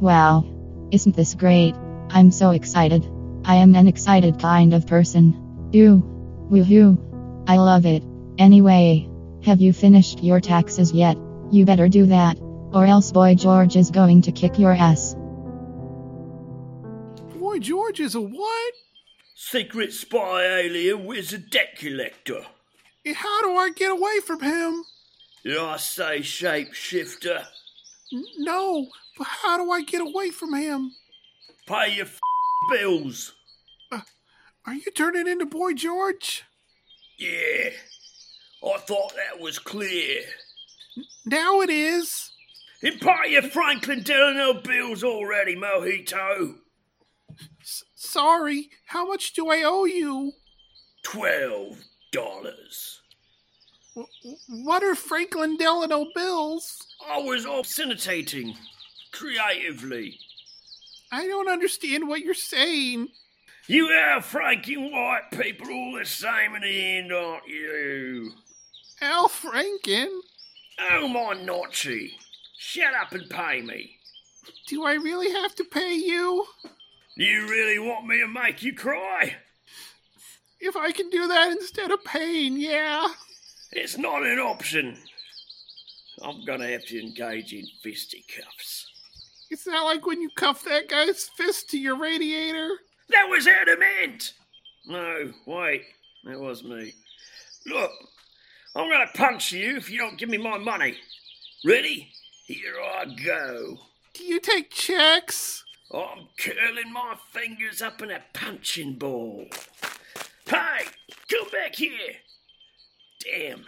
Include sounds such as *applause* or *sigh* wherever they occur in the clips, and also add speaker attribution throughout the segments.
Speaker 1: Wow. Isn't this great? I'm so excited. I am an excited kind of person. Ew. Woohoo. I love it. Anyway, have you finished your taxes yet? You better do that, or else Boy George is going to kick your ass.
Speaker 2: Boy George is a what?
Speaker 3: Secret spy alien wizard debt collector.
Speaker 2: And How do I get away from him?
Speaker 3: Did I say shapeshifter?
Speaker 2: N- No, but how do I get away from him?
Speaker 3: Pay your f- bills.
Speaker 2: Are you turning into Boy George?
Speaker 3: Yeah. I thought that was clear.
Speaker 2: Now it is.
Speaker 3: And pay your Franklin Delano bills already, Mojito.
Speaker 2: S- sorry, how much do I owe you?
Speaker 3: Twelve dollars.
Speaker 2: W- what are Franklin Delano bills?
Speaker 3: I was obscenitating creatively.
Speaker 2: I don't understand what you're saying.
Speaker 3: You are franking white people all the same in the end, aren't you?
Speaker 2: Al Franken?
Speaker 3: Oh my Notchy. Shut up and pay me.
Speaker 2: Do I really have to pay you?
Speaker 3: You really want me to make you cry?
Speaker 2: If I can do that instead of paying, yeah.
Speaker 3: It's not an option. I'm gonna have to engage in fisticuffs.
Speaker 2: It's not like when you cuff that guy's fist to your radiator.
Speaker 3: That was adamant! No, wait, that was me. Look, I'm gonna punch you if you don't give me my money. Ready? Here I go.
Speaker 2: Do you take checks?
Speaker 3: I'm curling my fingers up in a punching ball. Hey, come back here! Damn,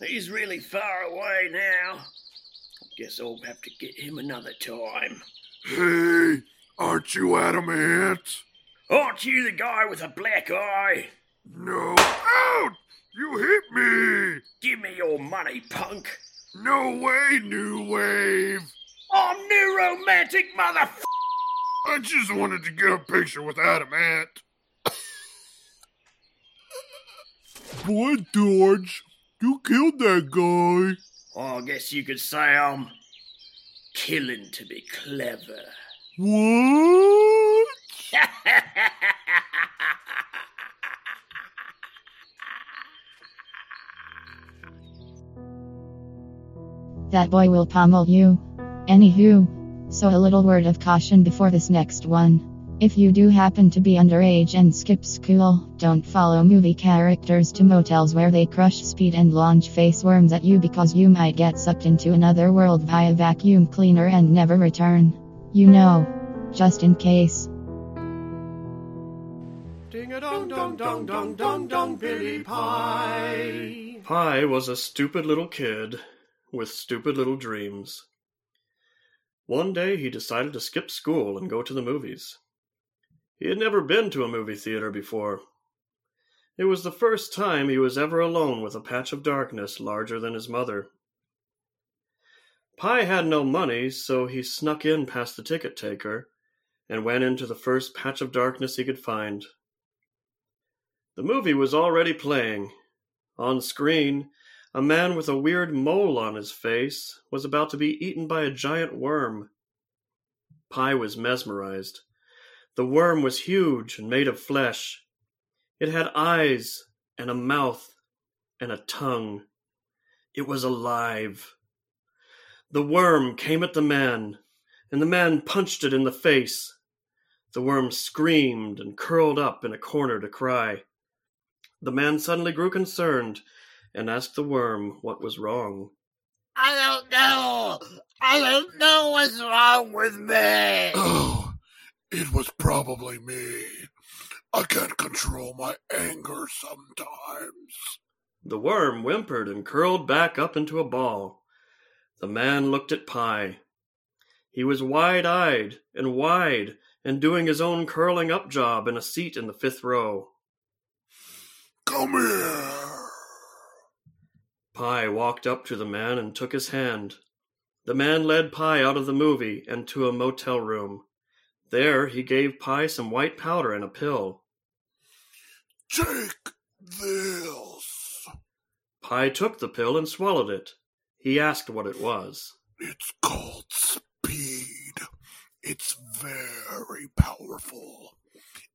Speaker 3: he's really far away now. Guess I'll have to get him another time.
Speaker 4: Hey, aren't you adamant?
Speaker 3: Aren't you the guy with a black eye?
Speaker 4: No. Out! You hit me!
Speaker 3: Give me your money, punk!
Speaker 4: No way, New Wave!
Speaker 3: I'm new romantic motherf.
Speaker 4: I just wanted to get a picture with Adamant. Boy, George, you killed that guy.
Speaker 3: Oh, I guess you could say I'm killing to be clever.
Speaker 5: *laughs*
Speaker 4: What?
Speaker 1: That boy will pommel you. Anywho, so a little word of caution before this next one. If you do happen to be underage and skip school, don't follow movie characters to motels where they crush speed and launch face worms at you because you might get sucked into another world via vacuum cleaner and never return. You know, just in case.
Speaker 6: Ding a dong dong dong dong dong dong Billy Pie.
Speaker 7: Pie was a stupid little kid with stupid little dreams. One day he decided to skip school and go to the movies. He had never been to a movie theater before. It was the first time he was ever alone with a patch of darkness larger than his mother. Pie had no money, so he snuck in past the ticket taker and went into the first patch of darkness he could find. The movie was already playing. On screen, a man with a weird mole on his face was about to be eaten by a giant worm. Pie was mesmerized. The worm was huge and made of flesh. It had eyes and a mouth and a tongue. It was alive. The worm came at the man, and the man punched it in the face. The worm screamed and curled up in a corner to cry. The man suddenly grew concerned and asked the worm what was wrong.
Speaker 6: I don't know. I don't know what's wrong with me.
Speaker 4: Oh, it was probably me. I can't control my anger sometimes.
Speaker 7: The worm whimpered and curled back up into a ball. The man looked at Pie. He was wide eyed and wide and doing his own curling up job in a seat in the fifth row.
Speaker 4: Come here.
Speaker 7: Pie walked up to the man and took his hand. The man led Pie out of the movie and to a motel room. There he gave Pie some white powder and a pill.
Speaker 4: Take this.
Speaker 7: Pie took the pill and swallowed it. He asked what it was.
Speaker 4: It's called speed.
Speaker 8: It's very powerful.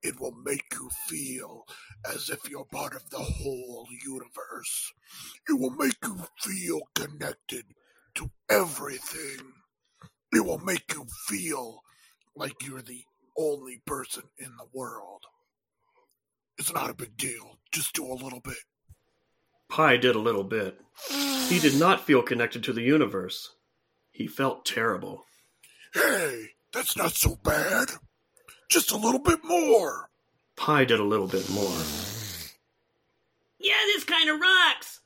Speaker 8: It will make you feel as if you're part of the whole universe. It will make you feel connected to everything. It will make you feel like you're the only person in the world. It's not a big deal. Just do a little bit.
Speaker 7: Pi did a little bit. He did not feel connected to the universe. He felt terrible.
Speaker 8: Hey, that's not so bad. Just a little bit more.
Speaker 7: Pi did a little bit more.
Speaker 5: Yeah, this kind of rocks.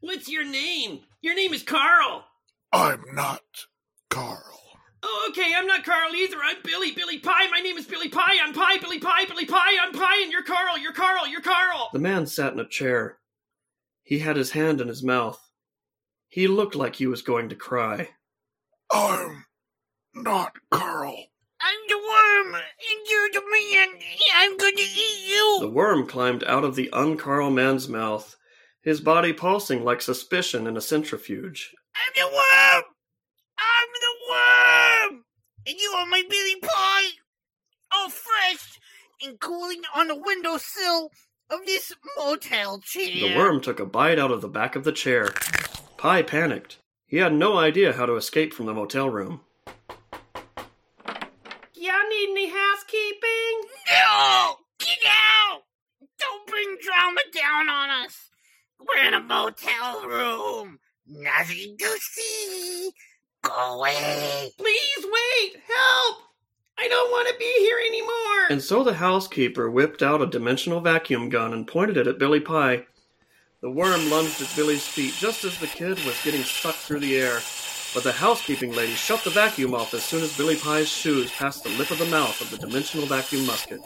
Speaker 5: What's your name? Your name is Carl.
Speaker 8: I'm not Carl.
Speaker 5: Oh, okay, I'm not Carl either. I'm Billy, Billy Pie. My name is Billy Pie. I'm Pie, Billy Pie, Billy Pie. I'm Pie, and you're Carl, you're Carl, you're Carl.
Speaker 7: The man sat in a chair. He had his hand in his mouth. He looked like he was going to cry.
Speaker 8: I'm not Carl.
Speaker 5: I'm the worm, and you're the man. I'm going to eat you.
Speaker 7: The worm climbed out of the uncarl man's mouth, his body pulsing like suspicion in a centrifuge.
Speaker 5: I'm the worm. I'm the worm, and you are my Billy Pie, all fresh and cooling on the windowsill of this motel chair.
Speaker 7: The worm took a bite out of the back of the chair. Pi panicked. He had no idea how to escape from the motel room.
Speaker 9: Y'all need any housekeeping?
Speaker 5: No, get out! Don't bring drama down on us. We're in a motel room. Nothing to see. Go away.
Speaker 9: Please wait! Help! I don't want to be here anymore!
Speaker 7: And so the housekeeper whipped out a dimensional vacuum gun and pointed it at Billy Pie. The worm lunged at Billy's feet just as the kid was getting sucked through the air. But the housekeeping lady shut the vacuum off as soon as Billy Pie's shoes passed the lip of the mouth of the dimensional vacuum musket.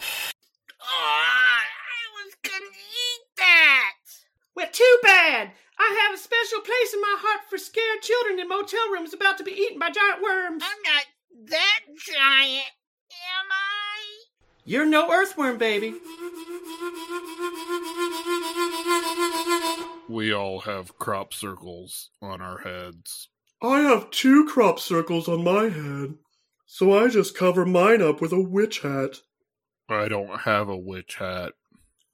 Speaker 5: Ah, I was gonna eat that.
Speaker 9: well, too bad! I have a special place in my heart for scared children in motel rooms about to be eaten by giant worms.
Speaker 5: I'm not that giant, am I?
Speaker 7: You're no earthworm, baby.
Speaker 8: We all have crop circles on our heads.
Speaker 7: I have two crop circles on my head, so I just cover mine up with a witch hat.
Speaker 8: I don't have a witch hat.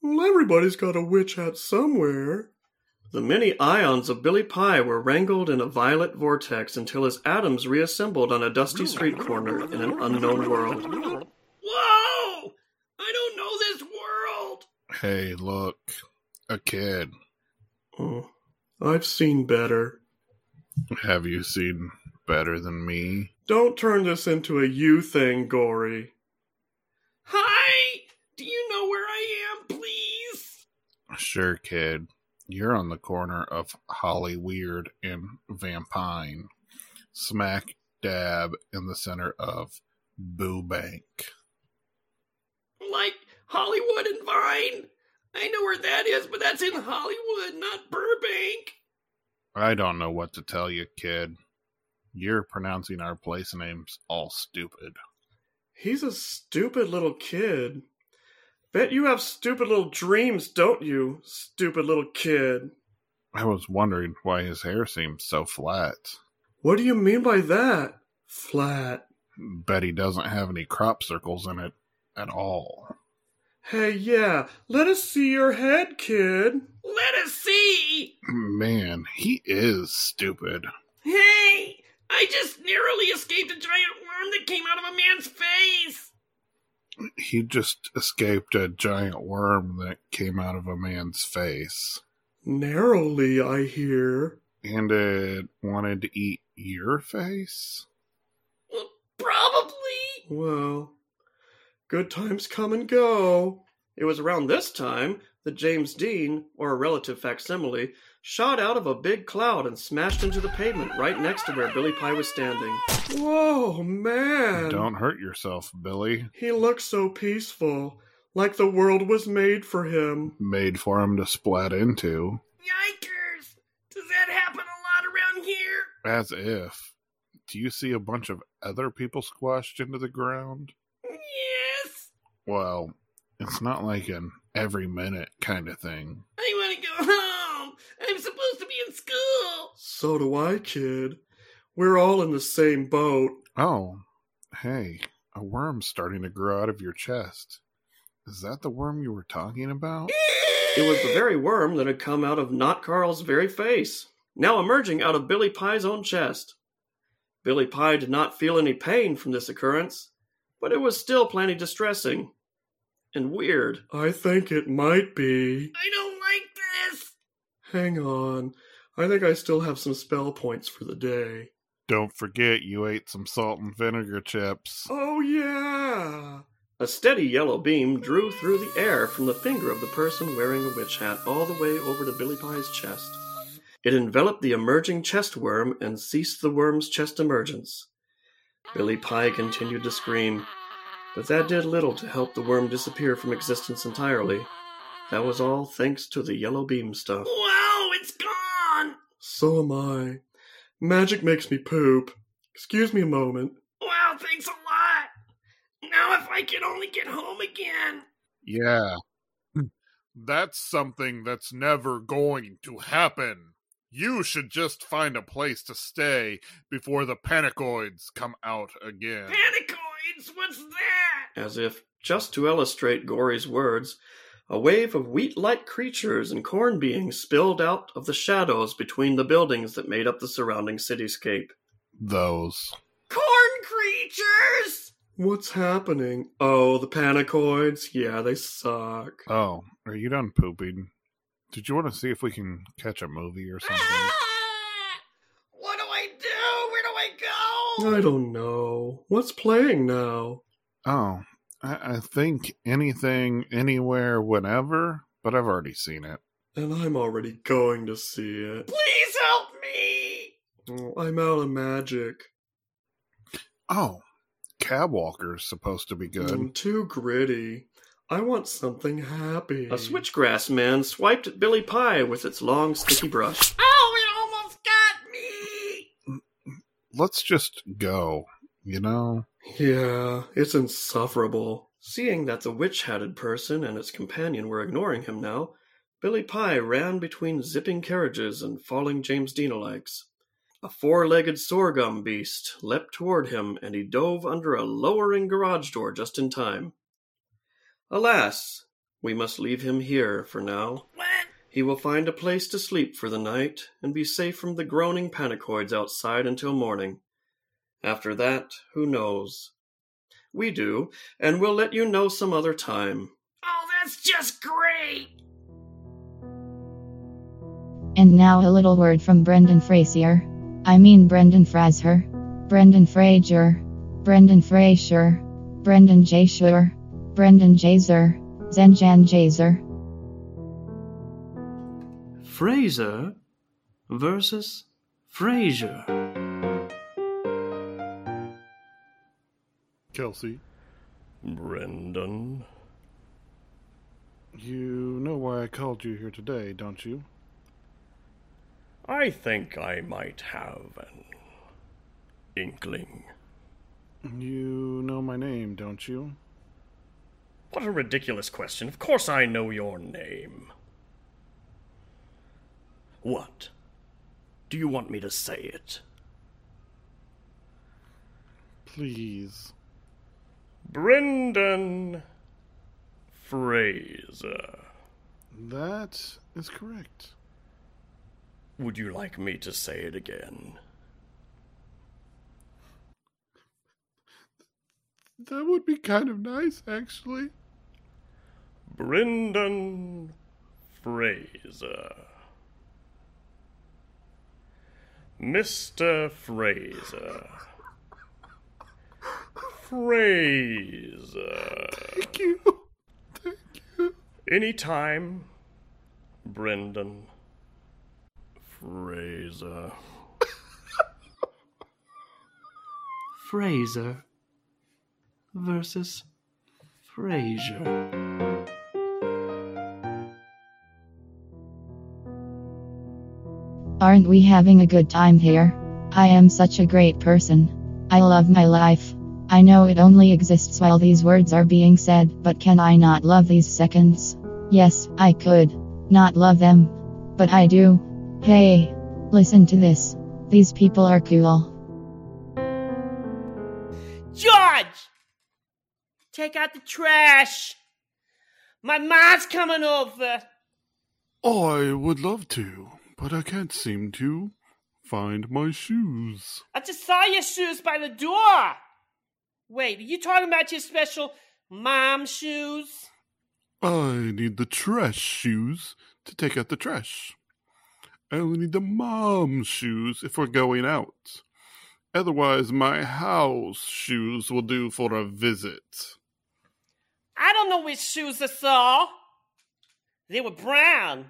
Speaker 7: Well, everybody's got a witch hat somewhere. The many ions of Billy Pye were wrangled in a violet vortex until his atoms reassembled on a dusty street corner in an unknown world.
Speaker 5: Whoa! I don't know this world.
Speaker 8: Hey, look. A kid.
Speaker 7: Oh, I've seen better.
Speaker 8: Have you seen better than me?
Speaker 7: Don't turn this into a you thing, Gory.
Speaker 5: Hi! Do you know where I am, please?
Speaker 8: Sure, kid. You're on the corner of Holly Weird and Vampine. Smack dab in the center of Boo Bank.
Speaker 5: Like Hollywood and Vine? I know where that is, but that's in Hollywood, not Burbank.
Speaker 8: I don't know what to tell you, kid. You're pronouncing our place names all stupid.
Speaker 7: He's a stupid little kid. Bet you have stupid little dreams, don't you, stupid little kid?
Speaker 8: I was wondering why his hair seems so flat.
Speaker 7: What do you mean by that? Flat.
Speaker 8: Bet he doesn't have any crop circles in it at all.
Speaker 7: Hey, yeah, let us see your head, kid.
Speaker 5: Let us see.
Speaker 8: Man, he is stupid.
Speaker 5: Hey! I just narrowly escaped a giant worm that came out of a man's face!
Speaker 8: He just escaped a giant worm that came out of a man's face.
Speaker 7: Narrowly, I hear.
Speaker 8: And it wanted to eat your face?
Speaker 5: Well, probably!
Speaker 7: Well, good times come and go. It was around this time that James Dean, or a relative facsimile, shot out of a big cloud and smashed into the pavement right next to where Billy Pie was standing. Whoa, man!
Speaker 8: Don't hurt yourself, Billy.
Speaker 7: He looked so peaceful, like the world was made for him.
Speaker 8: Made for him to splat into.
Speaker 5: Yikers! Does that happen a lot around here?
Speaker 8: As if. Do you see a bunch of other people squashed into the ground?
Speaker 5: Yes!
Speaker 8: Well, it's not like an every minute kind of thing.
Speaker 5: I want to go home! I'm supposed to be in school!
Speaker 7: So do I, kid. We're all in the same boat.
Speaker 8: Oh, hey,
Speaker 2: a worm starting to grow out of your chest. Is that the worm you were talking about?
Speaker 7: It was the very worm that had come out of Not Carl's very face, now emerging out of Billy Pie's own chest. Billy Pie did not feel any pain from this occurrence, but it was still plenty distressing and weird. I think it might be.
Speaker 5: I don't like this.
Speaker 7: Hang on. I think I still have some spell points for the day.
Speaker 2: Don't forget you ate some salt and vinegar chips.
Speaker 7: Oh, yeah! A steady yellow beam drew through the air from the finger of the person wearing a witch hat all the way over to Billy Pie's chest. It enveloped the emerging chest worm and ceased the worm's chest emergence. Billy Pie continued to scream, but that did little to help the worm disappear from existence entirely. That was all thanks to the yellow beam stuff.
Speaker 5: Wow, it's gone.
Speaker 7: So am I. Magic makes me poop. Excuse me a moment.
Speaker 5: Wow, thanks a lot. Now if I could only get home again.
Speaker 8: Yeah. That's something that's never going to happen. You should just find a place to stay before the panicoids come out again.
Speaker 5: Panicoids, what's that?
Speaker 7: As if, just to illustrate Gory's words, a wave of wheat like creatures and corn beings spilled out of the shadows between the buildings that made up the surrounding cityscape.
Speaker 2: Those.
Speaker 5: Corn creatures.
Speaker 7: What's happening? Oh, the panicoids. Yeah, they suck.
Speaker 2: Oh, are you done pooping? Did you want to see if we can catch a movie or something?
Speaker 5: Ah! What do I do? Where do I go?
Speaker 7: I don't know. What's playing now?
Speaker 2: Oh, I, I think anything, anywhere, whenever, but I've already seen it.
Speaker 7: And I'm already going to see it.
Speaker 5: Please help me.
Speaker 7: Oh, I'm out of magic.
Speaker 2: Oh, Cab Walker's supposed to be good.
Speaker 7: I'm too gritty. I want something happy. A switchgrass man swiped at Billy Pie with its long, sticky brush.
Speaker 5: Oh, it almost got me.
Speaker 2: Let's just go, you know?
Speaker 7: Yeah, it's insufferable. Seeing that the witch hatted person and its companion were ignoring him now, Billy Pye ran between zipping carriages and falling James Deanolikes. A four legged sorghum beast leapt toward him, and he dove under a lowering garage door just in time. Alas, we must leave him here for now.
Speaker 5: What?
Speaker 7: He will find a place to sleep for the night and be safe from the groaning panicoids outside until morning. After that, who knows? We do, and we'll let you know some other time.
Speaker 5: Oh, that's just great.
Speaker 1: And now a little word from Brendan Fraser. I mean Brendan Fraser, Brendan Fraser, Brendan Fraser, Brendan Jasher, Brendan Jazer, Zenjan Jazer.
Speaker 7: Fraser versus Fraser.
Speaker 2: Kelsey, Hmm?
Speaker 7: Brendan.
Speaker 2: you know why I called you here today, don't you?
Speaker 7: I think I might have an inkling.
Speaker 2: You know my name, don't you?
Speaker 7: What a ridiculous question. Of course I know your name. What? Do you want me to say it?
Speaker 2: Please.
Speaker 7: Brendan Fraser.
Speaker 2: That is correct.
Speaker 7: Would you like me to say it again?
Speaker 2: That would be kind of nice, actually.
Speaker 7: Brendan Fraser. Mr. Fraser. Fraser.
Speaker 2: Thank you. Thank you.
Speaker 7: Anytime, Brendan Fraser. Fraser versus Fraser.
Speaker 1: Aren't we having a good time here? I am such a great person. I love my life. I know it only exists while these words are being said, but can I not love these seconds? Yes, I could. Not love them. But I do. Hey, listen to this. These people are cool.
Speaker 5: George,
Speaker 10: Take out the trash. My mom's coming over.
Speaker 8: Oh, I would love to, but I can't seem to find my shoes.
Speaker 10: I just saw your shoes by the door. Wait, are you talking about your special mom shoes?
Speaker 8: I need the trash shoes to take out the trash. I only need the mom shoes if we're going out. Otherwise, my house shoes will do for a visit.
Speaker 10: I don't know which shoes I saw. They were brown.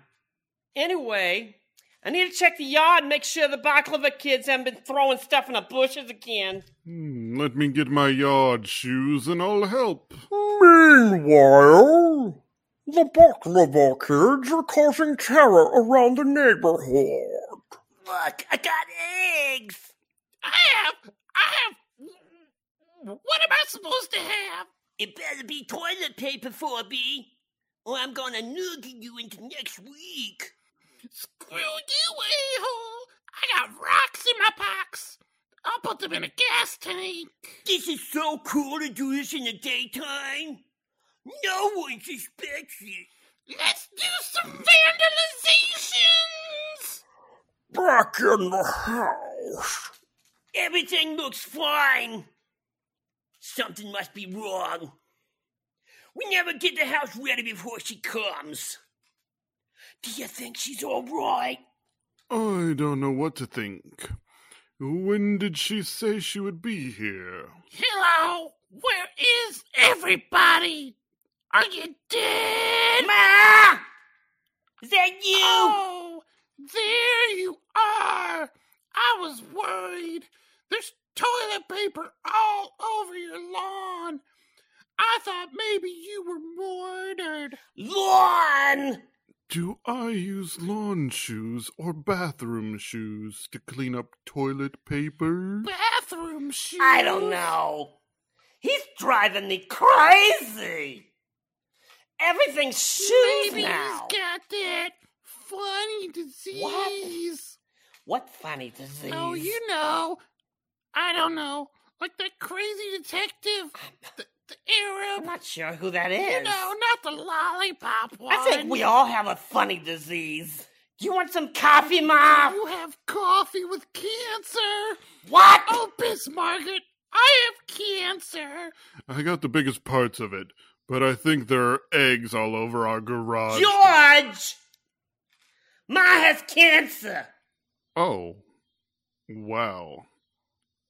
Speaker 10: Anyway, I need to check the yard and make sure the Baklava kids haven't been throwing stuff in the bushes again.
Speaker 8: Hmm, let me get my yard shoes and I'll help.
Speaker 11: Meanwhile, the Baklava kids are causing terror around the neighborhood.
Speaker 12: Look, I got eggs.
Speaker 6: I have, I have. What am I supposed to have?
Speaker 12: It better be toilet paper for me, or I'm gonna noogie you into next week.
Speaker 6: Screw you, a-hole. I got rocks in my box. I'll put them in a gas tank.
Speaker 12: This is so cool to do this in the daytime. No one suspects it.
Speaker 6: Let's do some vandalizations.
Speaker 11: Back in the house.
Speaker 12: Everything looks fine. Something must be wrong. We never get the house ready before she comes. Do you think she's all right?
Speaker 8: I don't know what to think. When did she say she would be here?
Speaker 6: Hello, where is everybody? Are you dead?
Speaker 12: Ma! Is that you?
Speaker 6: Oh, there you are. I was worried. There's toilet paper all over your lawn. I thought maybe you were murdered.
Speaker 12: Lawn!
Speaker 8: Do I use lawn shoes or bathroom shoes to clean up toilet paper?
Speaker 6: Bathroom shoes.
Speaker 12: I don't know. He's driving me crazy. Everything's shoes
Speaker 6: Maybe
Speaker 12: now.
Speaker 6: he's got that funny disease.
Speaker 12: What funny disease?
Speaker 6: Oh, you know. I don't know. Like that crazy detective. The, the
Speaker 12: I'm
Speaker 6: Arab.
Speaker 12: not sure who that is.
Speaker 6: You know, not the lollipop one.
Speaker 10: I think
Speaker 12: We all have a funny disease. Do you want some coffee, Mom?
Speaker 6: You have coffee with cancer.
Speaker 12: What?
Speaker 6: Oh, Miss Margaret, I have cancer.
Speaker 8: I got the biggest parts of it, but I think there are eggs all over our garage.
Speaker 10: George!
Speaker 12: Ma has cancer.
Speaker 8: Oh. Wow.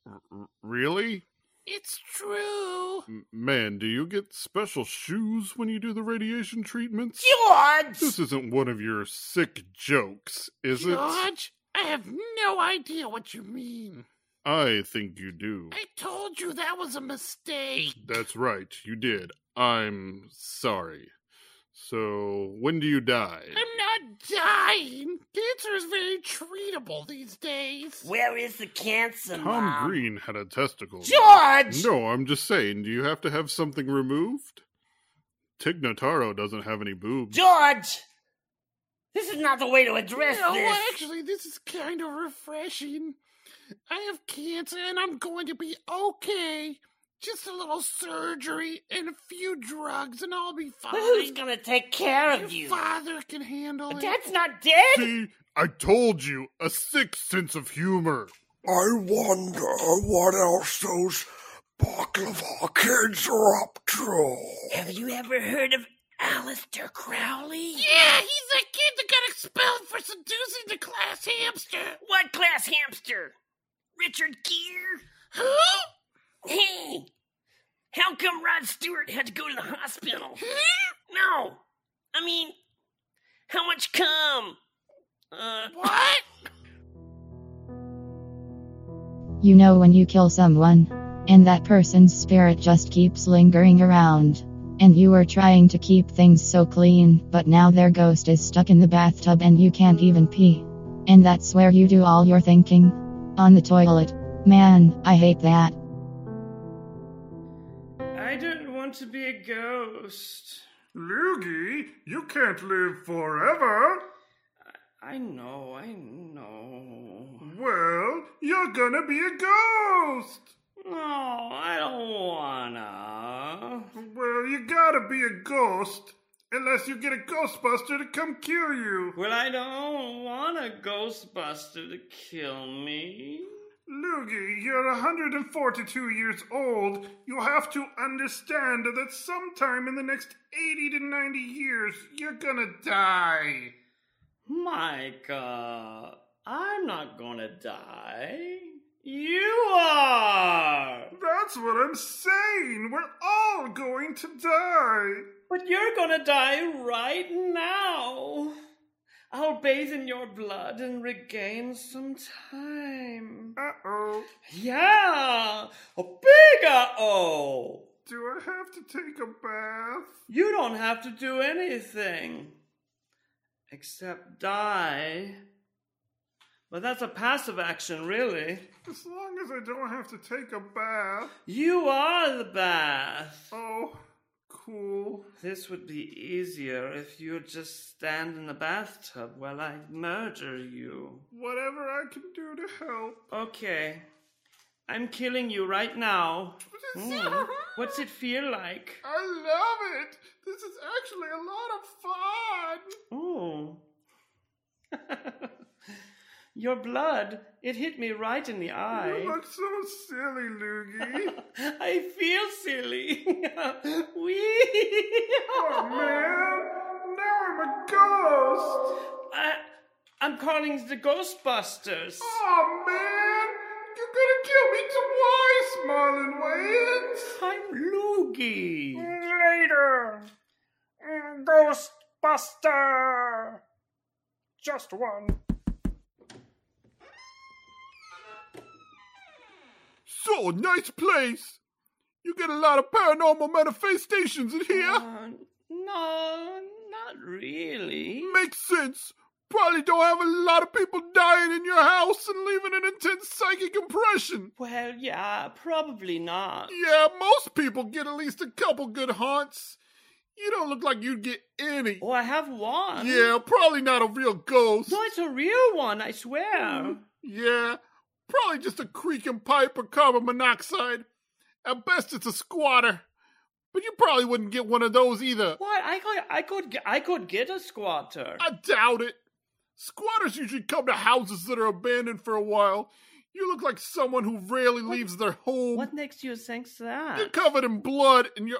Speaker 8: R- r- really?
Speaker 6: It's true.
Speaker 8: M- man, do you get special shoes when you do the radiation treatments?
Speaker 12: George!
Speaker 8: This isn't one of your sick jokes, is it?
Speaker 6: George, I have no idea what you mean.
Speaker 8: I think you do.
Speaker 6: I told you that was a mistake.
Speaker 8: That's right, you did. I'm sorry. So, when do you die?
Speaker 6: I'm not dying. Cancer is very treatable these days.
Speaker 12: Where is the cancer,
Speaker 8: Tom
Speaker 12: Mom?
Speaker 8: Green had a testicle.
Speaker 12: George!
Speaker 8: No, I'm just saying, do you have to have something removed? Tig Notaro doesn't have any boobs.
Speaker 12: George! This is not the way to address
Speaker 6: No,
Speaker 12: this.
Speaker 6: actually, this is kind of refreshing. I have cancer and I'm going to be okay. Just a little surgery and a few drugs, and I'll be fine.
Speaker 12: But who's gonna take care
Speaker 6: Your
Speaker 12: of you?
Speaker 6: father can handle
Speaker 10: But
Speaker 6: it.
Speaker 10: that's not dead.
Speaker 8: See, I told you, a sick sense of humor.
Speaker 11: I wonder what else those baklava kids are up to.
Speaker 12: Have you ever heard of Alistair Crowley?
Speaker 6: yeah, he's that kid that got expelled for seducing the class hamster.
Speaker 12: What class hamster? Richard Gere?
Speaker 6: Who?
Speaker 12: Hey, how come Rod Stewart had to go to the hospital? no, I mean, how much cum? Uh,
Speaker 6: What?
Speaker 1: You know when you kill someone, and that person's spirit just keeps lingering around. And you were trying to keep things so clean, but now their ghost is stuck in the bathtub and you can't even pee. And that's where you do all your thinking. On the toilet. Man, I hate that.
Speaker 10: I don't want to be a ghost.
Speaker 8: Loogie, you can't live forever.
Speaker 10: I know, I know.
Speaker 8: Well, you're gonna be a ghost.
Speaker 10: No, I don't wanna.
Speaker 2: gotta be a ghost unless you get a Ghostbuster to come kill you.
Speaker 9: Well, I don't want a Ghostbuster to kill me.
Speaker 2: Loogie, you're 142 years old. You have to understand that sometime in the next 80 to 90 years, you're gonna die.
Speaker 9: My God, I'm not gonna die. You are!
Speaker 2: That's what I'm saying. We're all going to die.
Speaker 9: But you're gonna die right now. I'll bathe in your blood and regain some time.
Speaker 2: Uh oh.
Speaker 9: Yeah, a big oh.
Speaker 2: Do I have to take a bath?
Speaker 9: You don't have to do anything except die. But that's a passive action, really.
Speaker 2: As long as I don't have to take a bath.
Speaker 9: You are the bath.
Speaker 2: Oh, cool.
Speaker 9: This would be easier if you just stand in the bathtub while I murder you.
Speaker 2: Whatever I can do to help.
Speaker 9: Okay. I'm killing you right now. Mm. What's it feel like?
Speaker 2: I love it. This is actually a lot of fun.
Speaker 9: Oh. *laughs* Your blood, it hit me right in the eye.
Speaker 2: You look so silly,
Speaker 9: *laughs*
Speaker 2: Loogie.
Speaker 9: I feel silly. *laughs* Wee!
Speaker 2: *laughs* oh man, now I'm a ghost.
Speaker 9: I, I'm calling the Ghostbusters.
Speaker 2: Oh man, you're gonna kill me twice, Marlon
Speaker 9: I'm
Speaker 2: Wayans.
Speaker 9: Loogie.
Speaker 13: Later. Mm, Ghostbuster. Just one.
Speaker 2: So nice place. You get a lot of paranormal manifestations in here.
Speaker 9: Uh, no, not really.
Speaker 2: Makes sense. Probably don't have a lot of people dying in your house and leaving an intense psychic impression.
Speaker 9: Well, yeah, probably not.
Speaker 2: Yeah, most people get at least a couple good haunts. You don't look like you'd get any.
Speaker 9: Oh, I have one.
Speaker 2: Yeah, probably not a real ghost.
Speaker 9: No, it's a real one, I swear.
Speaker 2: Yeah, probably just a creaking pipe or carbon monoxide. At best, it's a squatter. But you probably wouldn't get one of those either.
Speaker 9: What? I could, I could, ge- I could get a squatter.
Speaker 2: I doubt it. Squatters usually come to houses that are abandoned for a while. You look like someone who rarely leaves their home.
Speaker 9: what makes you think that?
Speaker 2: You're covered in blood and you're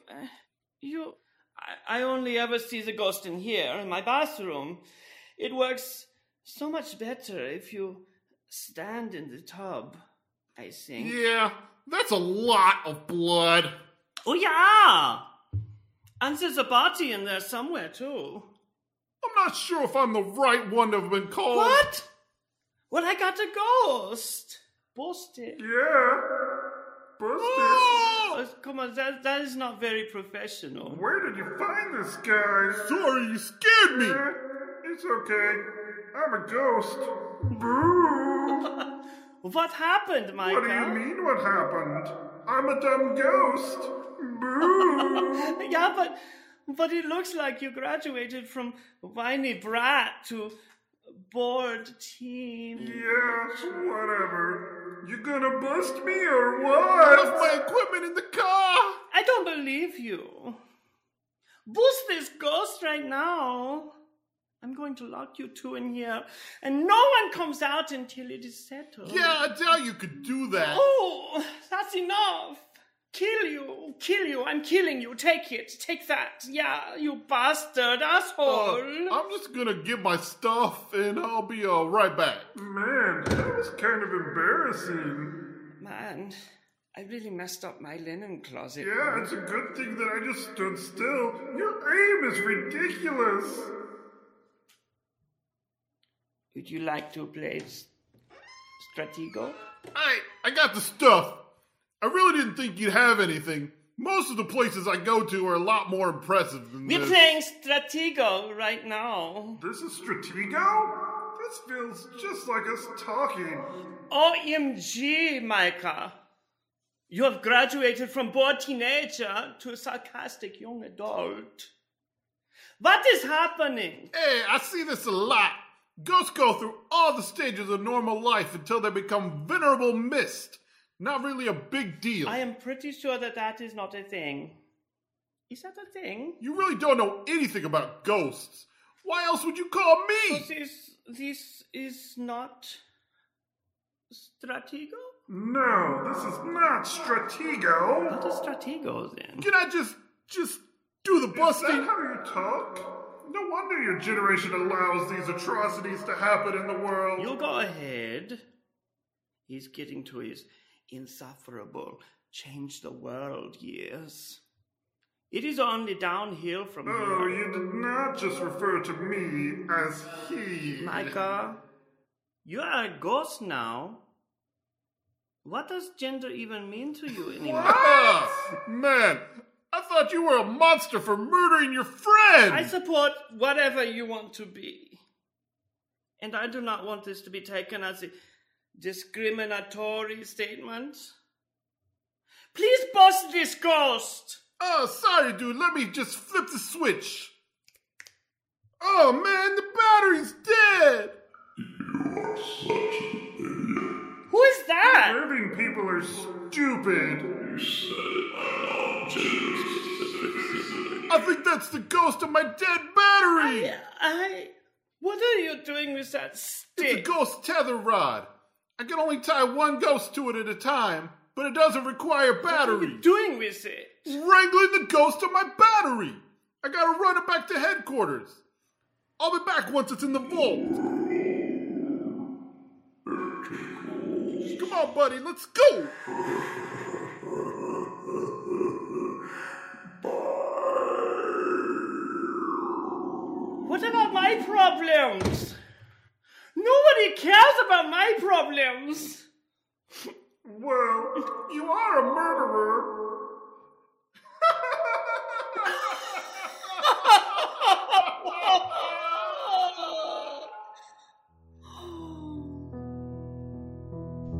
Speaker 9: You, uh, you- I, I only ever see the ghost in here, in my bathroom. It works so much better if you stand in the tub, I think.
Speaker 2: Yeah, that's a lot of blood.
Speaker 9: Oh, yeah! And there's a body in there somewhere, too.
Speaker 2: I'm not sure if I'm the right one to have been called.
Speaker 9: What? Well, I got a ghost. Busted.
Speaker 2: Yeah. Busted.
Speaker 9: Oh, come on, that, that is not very professional.
Speaker 2: Where did you find this guy? Sorry, you scared me. it's okay. I'm a ghost. Boo.
Speaker 9: *laughs* What happened, Michael?
Speaker 2: What do you mean what happened? I'm a dumb ghost. Boo.
Speaker 9: *laughs* yeah, but but it looks like you graduated from whiny brat to bored teen.
Speaker 2: yes, whatever. You gonna bust me or what? I left my equipment in the car.
Speaker 9: I don't believe you. Boost this ghost right now. I'm going to lock you two in here, and no one comes out until it is settled.
Speaker 2: Yeah, I doubt you could do that.
Speaker 9: Oh, that's enough. Kill you, kill you. I'm killing you. Take it, take that. Yeah, you bastard
Speaker 2: Uh,
Speaker 9: asshole.
Speaker 2: I'm just gonna get my stuff and I'll be uh, right back. Man, that was kind of embarrassing.
Speaker 9: Man, I really messed up my linen closet.
Speaker 2: Yeah, it's a good thing that I just stood still. Your aim is ridiculous.
Speaker 9: Would you like to play s- Stratego?
Speaker 2: I I got the stuff. I really didn't think you'd have anything. Most of the places I go to are a lot more impressive than
Speaker 9: We're playing Stratego right now.
Speaker 2: This is Stratego? This feels just like us talking.
Speaker 9: OMG, Micah. You have graduated from bored teenager to a sarcastic young adult. What is happening?
Speaker 2: Hey, I see this a lot. Ghosts go through all the stages of normal life until they become venerable mist. Not really a big deal.
Speaker 9: I am pretty sure that that is not a thing. Is that a thing?
Speaker 2: You really don't know anything about ghosts. Why else would you call me?
Speaker 9: But This, this is not Stratego?
Speaker 13: No, this is not Stratego.
Speaker 9: What is Stratego then?
Speaker 2: Can I just just do the
Speaker 13: Is that
Speaker 2: busting?
Speaker 13: how you talk? No wonder your generation allows these atrocities to happen in the world.
Speaker 9: You'll go ahead. He's getting to his insufferable change the world years. It is only downhill from
Speaker 13: No,
Speaker 9: here.
Speaker 13: Oh, you did not just refer to me as he.
Speaker 9: Micah, you are a ghost now. What does gender even mean to
Speaker 2: *laughs*
Speaker 9: you anymore?
Speaker 2: Ah, man, I thought you were a monster for murdering your friend.
Speaker 9: I support whatever you want to be. And I do not want this to be taken as a discriminatory statement. Please bust this ghost!
Speaker 2: oh, sorry, dude. Let me just flip the switch. Oh man, the battery's dead.
Speaker 9: Who is that?
Speaker 13: Living people are stupid.
Speaker 2: I think that's the ghost of my dead battery.
Speaker 9: I, I. What are you doing with that
Speaker 2: It's a
Speaker 9: stick?
Speaker 2: ghost tether rod. I can only tie one ghost to it at a time, but it doesn't require
Speaker 9: What are
Speaker 2: battery.
Speaker 9: you doing with it?
Speaker 2: Wrangling the ghost of my battery. I gotta run it back to headquarters. I'll be back once it's in the vault. Come on, buddy, let's go.
Speaker 9: What about my problems? Nobody cares about my problems!
Speaker 13: Well, you are a murderer.
Speaker 12: *laughs*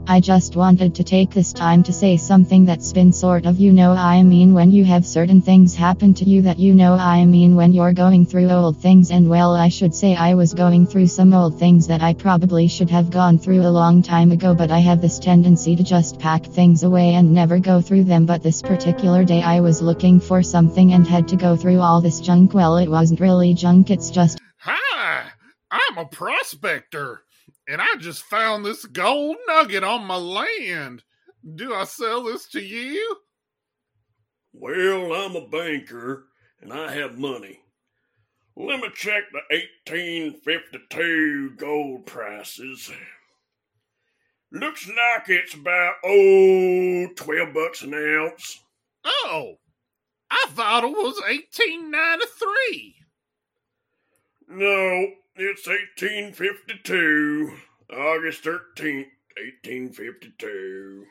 Speaker 1: I just wanted to take this time to say something that's been sort of you know I mean when you have certain things happen to you that you know I mean when you're going through old things and well I should say I was going through some old things that I probably should have gone through a long time ago but I have this tendency to just pack things away and never go through them but this particular day I was looking for something and had to go through all this junk well it wasn't really junk it's just
Speaker 2: Hi, I'm a prospector, and I just found this gold nugget on my land. Do I sell this to you?
Speaker 3: Well, I'm a banker and I have money. Let me check the 1852 gold prices. Looks like it's about, oh, 12 bucks an ounce.
Speaker 2: Oh, I thought it was 1893.
Speaker 3: No, it's 1852, August 13th, 1852.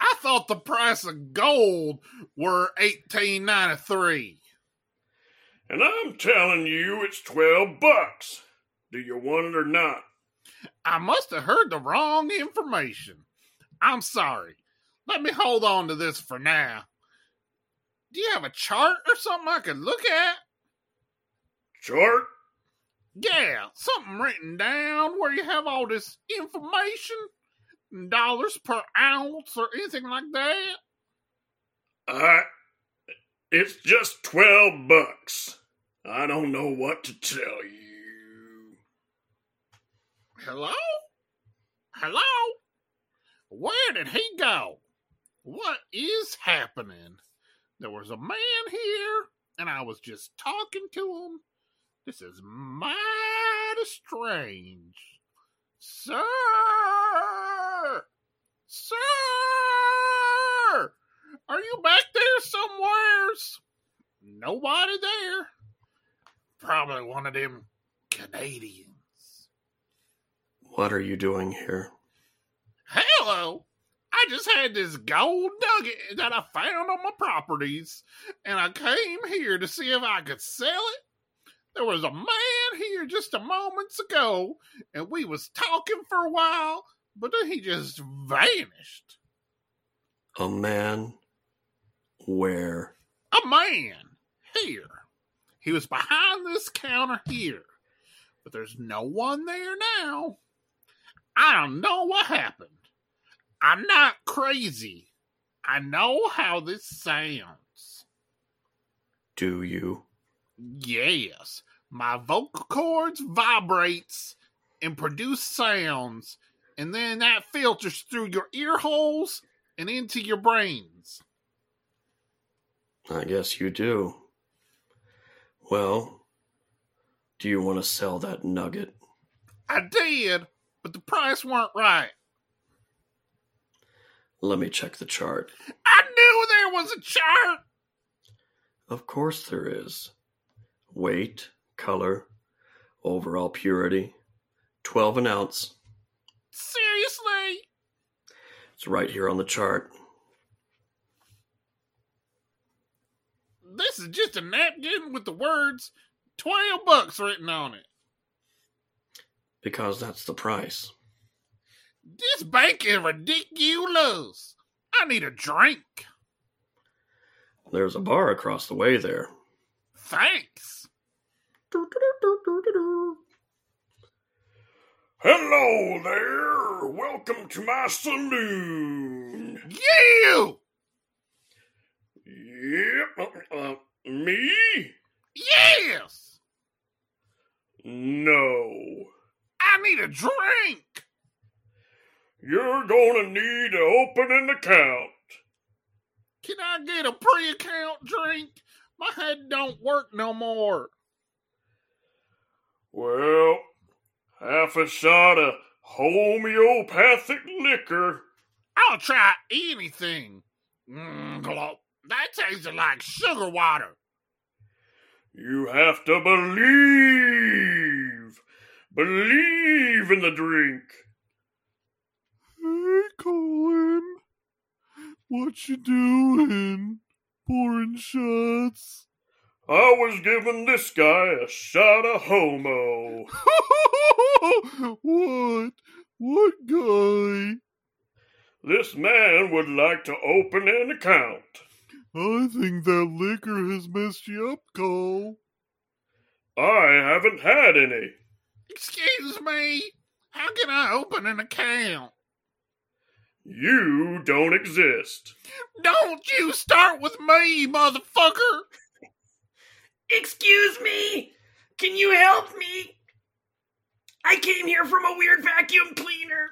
Speaker 2: I thought the price of gold were 1893.
Speaker 3: And I'm telling you, it's 12 bucks. Do you want it or not?
Speaker 2: I must have heard the wrong information. I'm sorry. Let me hold on to this for now. Do you have a chart or something I could look at?
Speaker 3: Chart?
Speaker 2: Yeah, something written down where you have all this information, dollars per ounce or anything like that.
Speaker 3: I. It's just 12 bucks. I don't know what to tell you.
Speaker 2: Hello? Hello? Where did he go? What is happening? There was a man here, and I was just talking to him. This is mighty strange. Sir! Sir! Are you back there somewheres? Nobody there. Probably one of them Canadians.
Speaker 7: What are you doing here?
Speaker 2: Hello. I just had this gold nugget that I found on my properties, and I came here to see if I could sell it. There was a man here just a moments ago, and we was talking for a while, but then he just vanished.
Speaker 7: A man? Where?
Speaker 2: A man here. He was behind this counter here, but there's no one there now. I don't know what happened. I'm not crazy. I know how this sounds.
Speaker 7: Do you?
Speaker 2: Yes, my vocal cords vibrates and produce sounds, and then that filters through your ear holes and into your brains.
Speaker 7: I guess you do. Well, do you want to sell that nugget?
Speaker 2: I did, but the price weren't right.
Speaker 7: Let me check the chart.
Speaker 2: I knew there was a chart.
Speaker 7: Of course there is. Weight, color, overall purity, 12 an ounce.
Speaker 2: Seriously?
Speaker 7: It's right here on the chart.
Speaker 2: This is just a napkin with the words 12 bucks written on it.
Speaker 7: Because that's the price.
Speaker 2: This bank is ridiculous. I need a drink.
Speaker 7: There's a bar across the way there.
Speaker 2: Thanks.
Speaker 11: Hello there. Welcome to my saloon.
Speaker 2: You!
Speaker 11: Yep. uh, uh, me?
Speaker 2: Yes!
Speaker 11: No.
Speaker 2: I need a drink.
Speaker 11: You're gonna need to open an account.
Speaker 2: Can I get a pre account drink? My head don't work no more.
Speaker 11: Well, half a shot of homeopathic liquor.
Speaker 2: I'll try anything. Mm, glop. that tasted like sugar water.
Speaker 11: You have to believe. Believe in the drink.
Speaker 13: Hey, Colin. What you doing? Pouring shots. *laughs*
Speaker 11: I was giving this guy a shot of homo.
Speaker 13: what? What guy?
Speaker 11: This man would like to open an account.
Speaker 13: I think that liquor has messed you up, Cole.
Speaker 11: I haven't had any.
Speaker 2: Excuse me. How can I open an account?
Speaker 11: You don't exist.
Speaker 2: Don't you start with me, motherfucker!
Speaker 5: *gasps* Excuse me? Can you help me? I came here from a weird vacuum cleaner.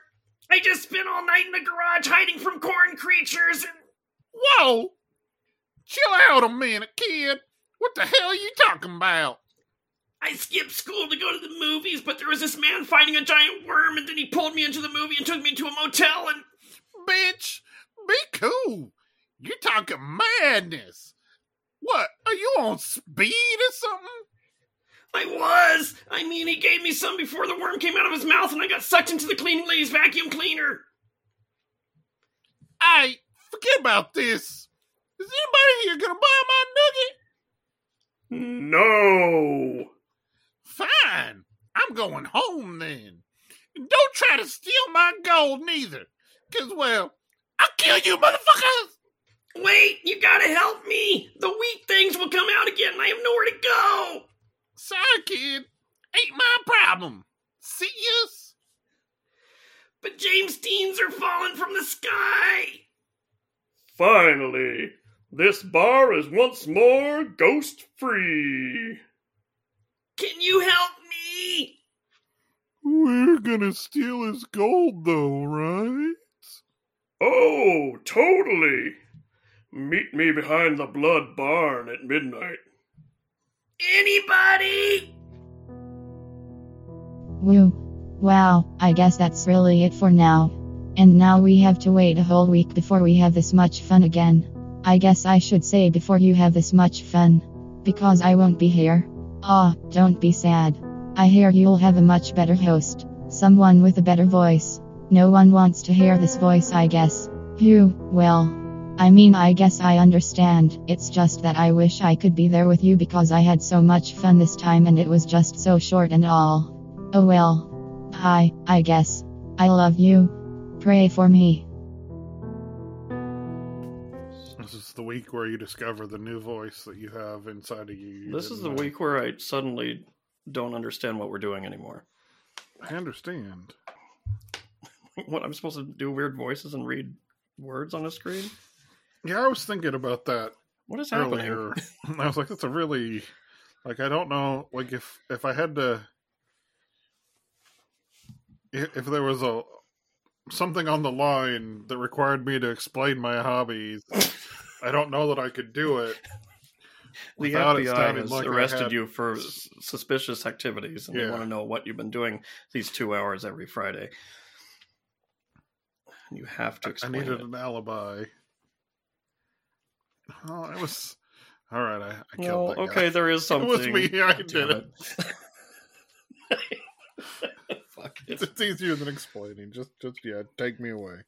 Speaker 5: I just spent all night in the garage hiding from corn creatures and.
Speaker 2: Whoa! Chill out a minute, kid. What the hell are you talking about?
Speaker 5: I skipped school to go to the movies, but there was this man fighting a giant worm, and then he pulled me into the movie and took me to a motel, and
Speaker 2: Bitch, be cool. You're talking madness. What? Are you on speed or something?
Speaker 5: I was! I mean, he gave me some before the worm came out of his mouth, and I got sucked into the cleaning lady's vacuum cleaner.
Speaker 2: Hey, forget about this. Is anybody here gonna buy my nugget?
Speaker 11: No.
Speaker 2: Fine. I'm going home then. And don't try to steal my gold neither. Cause well, I'll kill you motherfuckers!
Speaker 5: Wait, you gotta help me! The wheat things will come out again, and I have nowhere to go!
Speaker 2: Sorry, kid. Ain't my problem. See yous?
Speaker 5: But James Deans are falling from the sky!
Speaker 11: Finally, this bar is once more ghost free.
Speaker 5: Can you help me?
Speaker 13: We're gonna steal his gold, though, right?
Speaker 11: Oh, totally. Meet me behind the blood barn at midnight.
Speaker 5: Anybody?
Speaker 1: Woo. Wow, I guess that's really it for now. And now we have to wait a whole week before we have this much fun again. I guess I should say before you have this much fun. Because I won't be here. Ah, don't be sad. I hear you'll have a much better host. Someone with a better voice. No one wants to hear this voice, I guess. Who, well. I mean, I guess I understand. It's just that I wish I could be there with you because I had so much fun this time and it was just so short and all. Oh well. Hi, I guess. I love you. Pray for me.
Speaker 13: This is
Speaker 8: the week where you discover the new voice that you have inside of you. you
Speaker 7: This
Speaker 8: didn't
Speaker 7: is the
Speaker 8: know.
Speaker 7: week where I suddenly don't understand what we're doing anymore.
Speaker 8: I understand.
Speaker 7: What I'm supposed to do weird voices and read words on a screen?
Speaker 8: Yeah, I was thinking about that.
Speaker 7: What is happening?
Speaker 8: earlier. *laughs* I was like, that's a really like I don't know like if if I had to if, if there was a something on the line that required me to explain my
Speaker 7: *laughs*
Speaker 8: hobbies, I don't know that I could do it.
Speaker 7: The
Speaker 8: without it
Speaker 7: FBI
Speaker 8: sounding
Speaker 7: has
Speaker 8: like I
Speaker 7: arrested
Speaker 8: had-
Speaker 7: you for s- suspicious activities, and they
Speaker 8: Yeah.
Speaker 7: want to know what you've been doing these two hours every Friday. And You have to
Speaker 8: I
Speaker 7: explain
Speaker 8: needed
Speaker 7: it.
Speaker 8: an alibi. Oh, I was all right. I, I killed
Speaker 7: No,
Speaker 8: that guy.
Speaker 7: okay, there
Speaker 8: *laughs*
Speaker 7: is
Speaker 8: It
Speaker 7: something.
Speaker 8: was me. I
Speaker 7: God
Speaker 8: did
Speaker 7: damn
Speaker 8: it.
Speaker 7: Fuck it. *laughs*
Speaker 8: It's, it's easier than explaining. Just, just yeah, take me away.